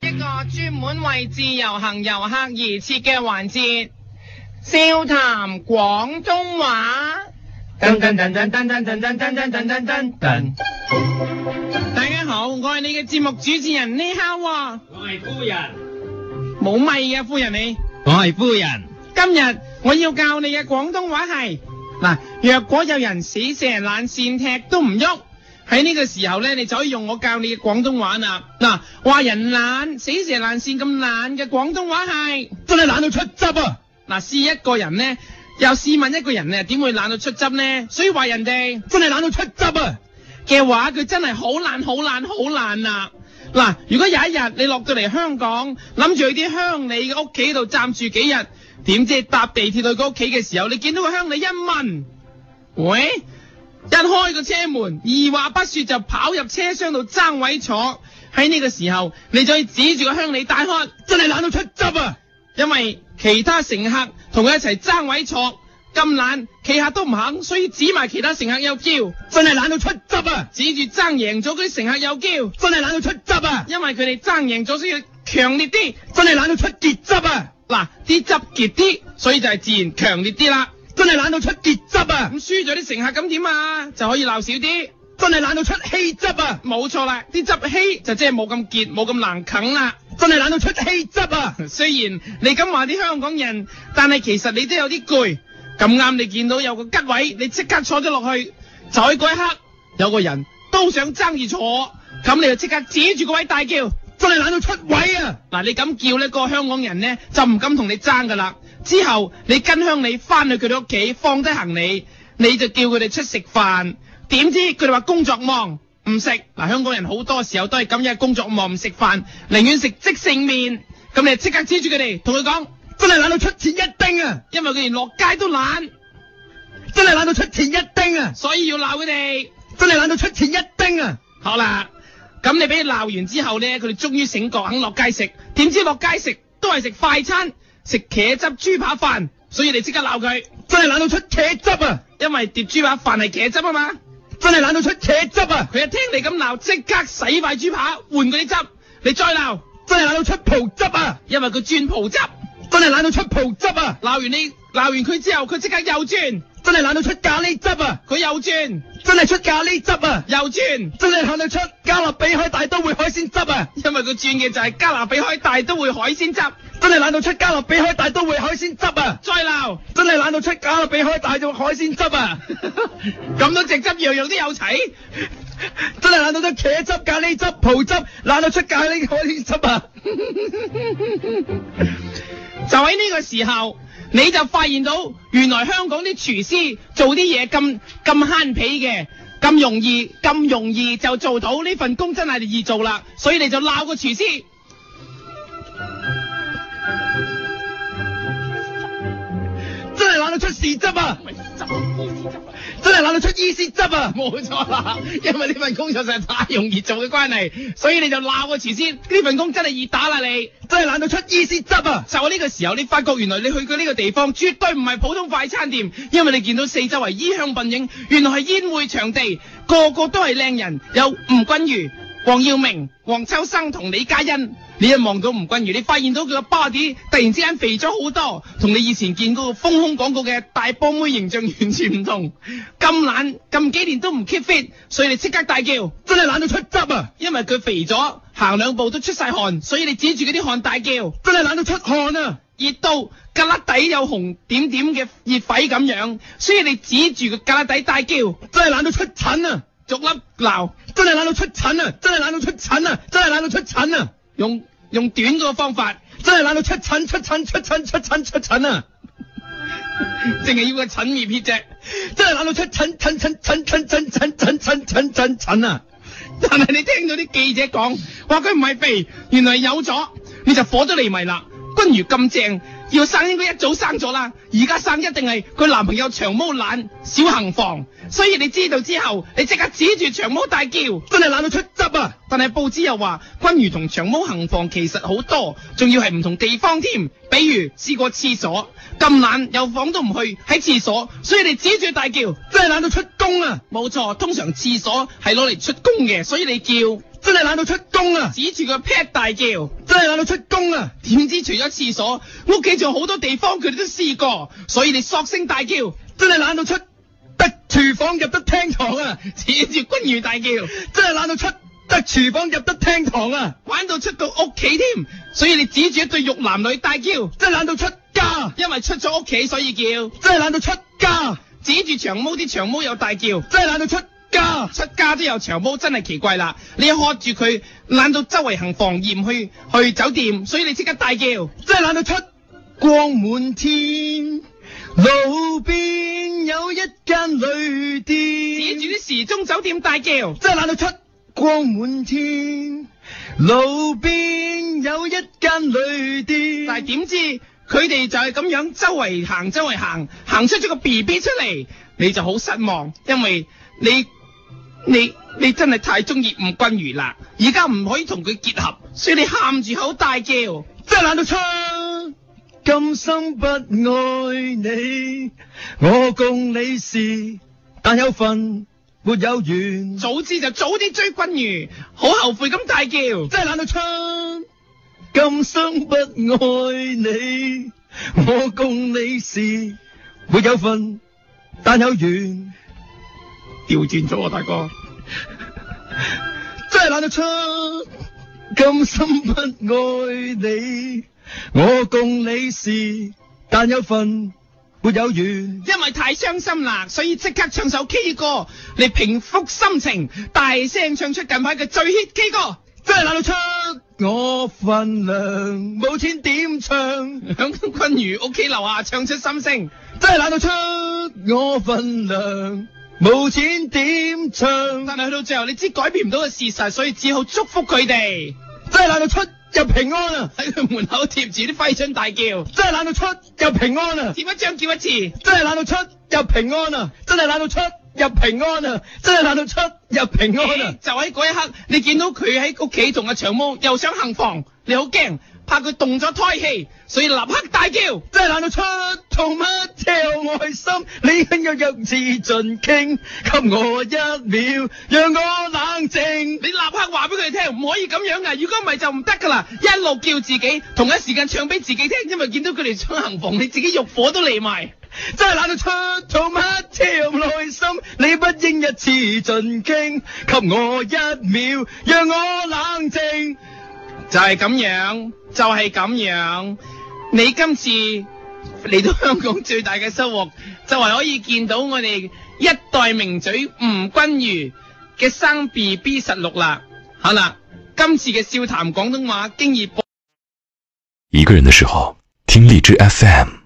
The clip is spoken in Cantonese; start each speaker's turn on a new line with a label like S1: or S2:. S1: 個專門為自由行遊客而設嘅環節，笑談廣東話。
S2: 噔噔噔噔噔噔噔噔噔噔噔噔噔。
S1: 大家好，我係你嘅節目主持人呢哈喎，
S2: 我係夫人，
S1: 冇咪嘅夫人你。
S2: 我係夫人。
S1: 今日我要教你嘅廣東話係嗱，若果有人死蛇爛鱔踢都唔喐，喺呢個時候呢，你就可以用我教你嘅廣東話啦。嗱，話人懶，死蛇爛鱔咁懶嘅廣東話係
S2: 真係懶到出汁啊！
S1: 嗱，試一個人呢，又試問一個人咧，點會懶到出汁呢？所以話人哋
S2: 真係懶到出汁啊！
S1: 嘅話，佢真係好懶、好懶、好懶啊！嗱，如果有一日你落到嚟香港，諗住去啲鄉里嘅屋企度暫住幾日，點知搭地鐵去佢屋企嘅時候，你見到個鄉里一問，喂，一開個車門，二話不說就跑入車廂度爭位坐。喺呢個時候，你就可以指住個鄉里大喝，
S2: 真係懶到出汁啊！
S1: 因為其他乘客同佢一齊爭位坐，咁懶，企客都唔肯，所以指埋其他乘客又叫。
S2: 真係懶到出汁啊！
S1: 指住爭贏咗嗰啲乘客又叫，
S2: 真係懶到出汁啊！
S1: 因為佢哋爭贏咗，所以要強烈啲。
S2: 真係懶到出結汁啊！
S1: 嗱，啲汁結啲，所以就係自然強烈啲啦。
S2: 真係懶到出結汁啊！
S1: 咁輸咗啲乘客咁點啊？就可以鬧少啲。
S2: 真係懶到出稀汁啊！
S1: 冇錯啦，啲汁稀就即係冇咁結，冇咁難啃啦。
S2: 真係懶到出稀汁啊！
S1: 雖然你咁話啲香港人，但係其實你都有啲攰。咁啱你見到有個吉位，你即刻坐咗落去。就喺嗰一刻，有個人都想爭住坐，咁你就即刻指住個位大叫。
S2: 真係懶到出位啊！
S1: 嗱，你咁叫呢個香港人呢，就唔敢同你爭噶啦。之後你跟鄉你翻去佢哋屋企，放低行李，你就叫佢哋出食飯。點知佢哋話工作忙唔食。嗱，香港人好多時候都係咁，因為工作忙唔食飯，寧願食即食麵。咁你就即刻指住佢哋，同佢講，
S2: 真係懶到出前一丁啊！
S1: 因為佢連落街都懶，
S2: 真係懶到出前一丁啊！
S1: 所以要鬧佢哋。
S2: 真係懶到出前一丁啊！
S1: 好啦，咁你俾佢鬧完之後呢，佢哋終於醒覺，肯落街食。點知落街食都係食快餐，食茄汁豬扒飯，所以你即刻鬧佢，
S2: 真係懶到出茄汁啊！
S1: 因為碟豬扒飯係茄汁啊嘛。
S2: 真係懶到出茄汁啊！
S1: 佢一聽你咁鬧，即刻洗塊豬扒，換嗰啲汁，你再鬧，
S2: 真係懶到出葡汁啊！
S1: 因為佢轉葡汁。
S2: 真係懶到出葡汁啊！
S1: 鬧完你，鬧完佢之後，佢即刻又轉，
S2: 真係懶到出咖喱汁啊！
S1: 佢又轉，
S2: 真係出咖喱汁啊！
S1: 又轉，
S2: 真係懶到出加勒比海大都會海鮮汁啊！
S1: 因為佢轉嘅就係加勒比海大都會海鮮汁。
S2: 真係懶到出加勒比海大都會海鮮汁啊！
S1: 再鬧，
S2: 真係懶到出加勒比海大都會海鮮汁啊！
S1: 咁多直汁樣樣都有齊，
S2: 真係懶到出茄汁、咖喱汁、葡汁，懶到出咖喱海鮮汁啊！
S1: 就喺呢個時候，你就發現到原來香港啲廚師做啲嘢咁咁慳皮嘅，咁容易咁容易就做到呢份工真係易做啦，所以你就鬧個廚師。
S2: 真係懶到出豉汁啊！真係懶到出伊絲汁啊！
S1: 冇錯啦，因為呢份工作實在太容易做嘅關係，所以你就鬧個廚師，呢份工真係易打啦你。
S2: 真係懶到出伊絲汁啊！
S1: 就喺呢個時候，你發覺原來你去過呢個地方，絕對唔係普通快餐店，因為你見到四周圍衣香鬢影，原來係宴會場地，個個都係靚人，有吳君如、黃耀明、黃秋生同李嘉欣。你一望到吳君如，你發現到佢個 body 突然之間肥咗好多，同你以前見嗰個豐胸廣告嘅大波妹形象完全唔同。咁懶，咁幾年都唔 keep fit，所以你即刻大叫，
S2: 真係懶到出汁啊！
S1: 因為佢肥咗，行兩步都出晒汗，所以你指住嗰啲汗大叫。
S2: 真係懶到出汗啊！
S1: 熱到格粒底有紅點點嘅熱痱咁樣，所以你指住個格粒底大叫，
S2: 真係懶到出疹啊！
S1: 逐粒鬧，
S2: 真係懶到出疹啊！真係懶到出疹啊！真係懶到出疹啊！
S1: 用用短嗰個方法，
S2: 真係懶到出疹出疹出疹出疹出疹啊！
S1: 淨係要個疹滅撇啫。
S2: 真係懶到出疹疹疹疹疹疹疹疹疹疹疹疹啊！
S1: 但係你聽到啲記者講話佢唔係肥，原來有咗，你就火咗嚟迷啦。君如咁正，要生應該一早生咗啦，而家生一定係佢男朋友長毛懶少行房，所以你知道之後，你即刻指住長毛大叫。
S2: 真係懶到出汁啊！
S1: 但係報紙又話，君如同長毛行房其實好多，仲要係唔同地方添。比如試過廁所，咁懶有房都唔去，喺廁所，所以你指住大叫。
S2: 真係懶到出工啊！
S1: 冇錯，通常廁所係攞嚟出工嘅，所以你叫。
S2: 真係懶到出工啊！
S1: 指住佢 pat 大叫。
S2: 真係懶到出工啊！
S1: 點知除咗廁所，屋企仲有好多地方佢哋都試過，所以你索性大叫，
S2: 真係懶到出得廚房入得廳堂啊！
S1: 指住君如大叫，
S2: 真係懶到出得廚房入得廳堂啊！
S1: 玩到出到屋企添，所以你指住一對玉男女大叫，
S2: 真係懶到出家，
S1: 因為出咗屋企所以叫，
S2: 真係懶到出家，
S1: 指住長毛啲長毛又大叫。
S2: 真係懶到出家，
S1: 出家都有長毛，真係奇怪啦！你喝住佢，懶到周圍行防驗去去酒店，所以你即刻大叫。
S2: 真係懶到出光滿天。路邊有一間
S1: 指
S2: 旅
S1: 住
S2: 店，
S1: 啲時鐘酒店大叫，
S2: 真係懶到出光滿天。路邊有一間旅店，
S1: 但係點知佢哋就係咁樣周圍行，周圍行，行出咗個 B B 出嚟，你就好失望，因為你你你真係太中意吳君如啦，而家唔可以同佢結合，所以你喊住口大叫，
S2: 真係懶到出，今生不愛你，我共你是但有份沒有緣，真
S1: 早知就早啲追君如，好後悔咁大叫，
S2: 係懶到出，今生不愛你，我共你是沒有份但有緣，
S1: 調轉咗啊大哥。
S2: 真係懶到出，今生不愛你，我共你是但有份沒有緣。
S1: 因為太傷心啦，所以即刻唱首 K 歌嚟平復心情，大聲唱出近排嘅最 hit K 歌。
S2: 真係懶到出我份量，冇錢點唱？
S1: 響君如屋企樓下唱出心聲，
S2: 真係懶到出我份量，冇錢點唱？啊
S1: 但係去到最後你知改變唔到嘅事實，所以只好祝福佢哋
S2: 真係懶到出入平安啊！
S1: 喺佢門口貼住啲揮春大叫，貼
S2: 真係懶到出入平安啊！
S1: 一張叫一次，
S2: 真係懶到出入平安啊！真係懶到出入平安啊！真係懶到出入平安啊！
S1: 就喺嗰一刻你見到佢喺屋企同阿長毛又想行房，你好驚，怕佢動咗胎氣，所以立刻大叫。
S2: 真係懶到出，做乜theo 愛心？你肯約約至盡傾，給我一秒，讓我冷靜。
S1: 你立刻話俾佢哋聽，唔可以咁樣噶，啊如果唔係就唔得噶啦。一路叫自己，同一時間唱俾自己聽，因為見到佢哋出行房，你自己欲火都嚟埋。
S2: 真係懶到出，做乜超內心？你不應一次盡傾，給我一秒，讓我冷靜。
S1: 就係咁樣，就係、咁樣。你今次嚟到香港最大嘅收穫，就係可以見到我哋一代名嘴吳君如嘅生 B B 實錄啦。好啦，今次嘅笑談廣東話經已播。
S3: 一个人的时候，听荔枝 FM。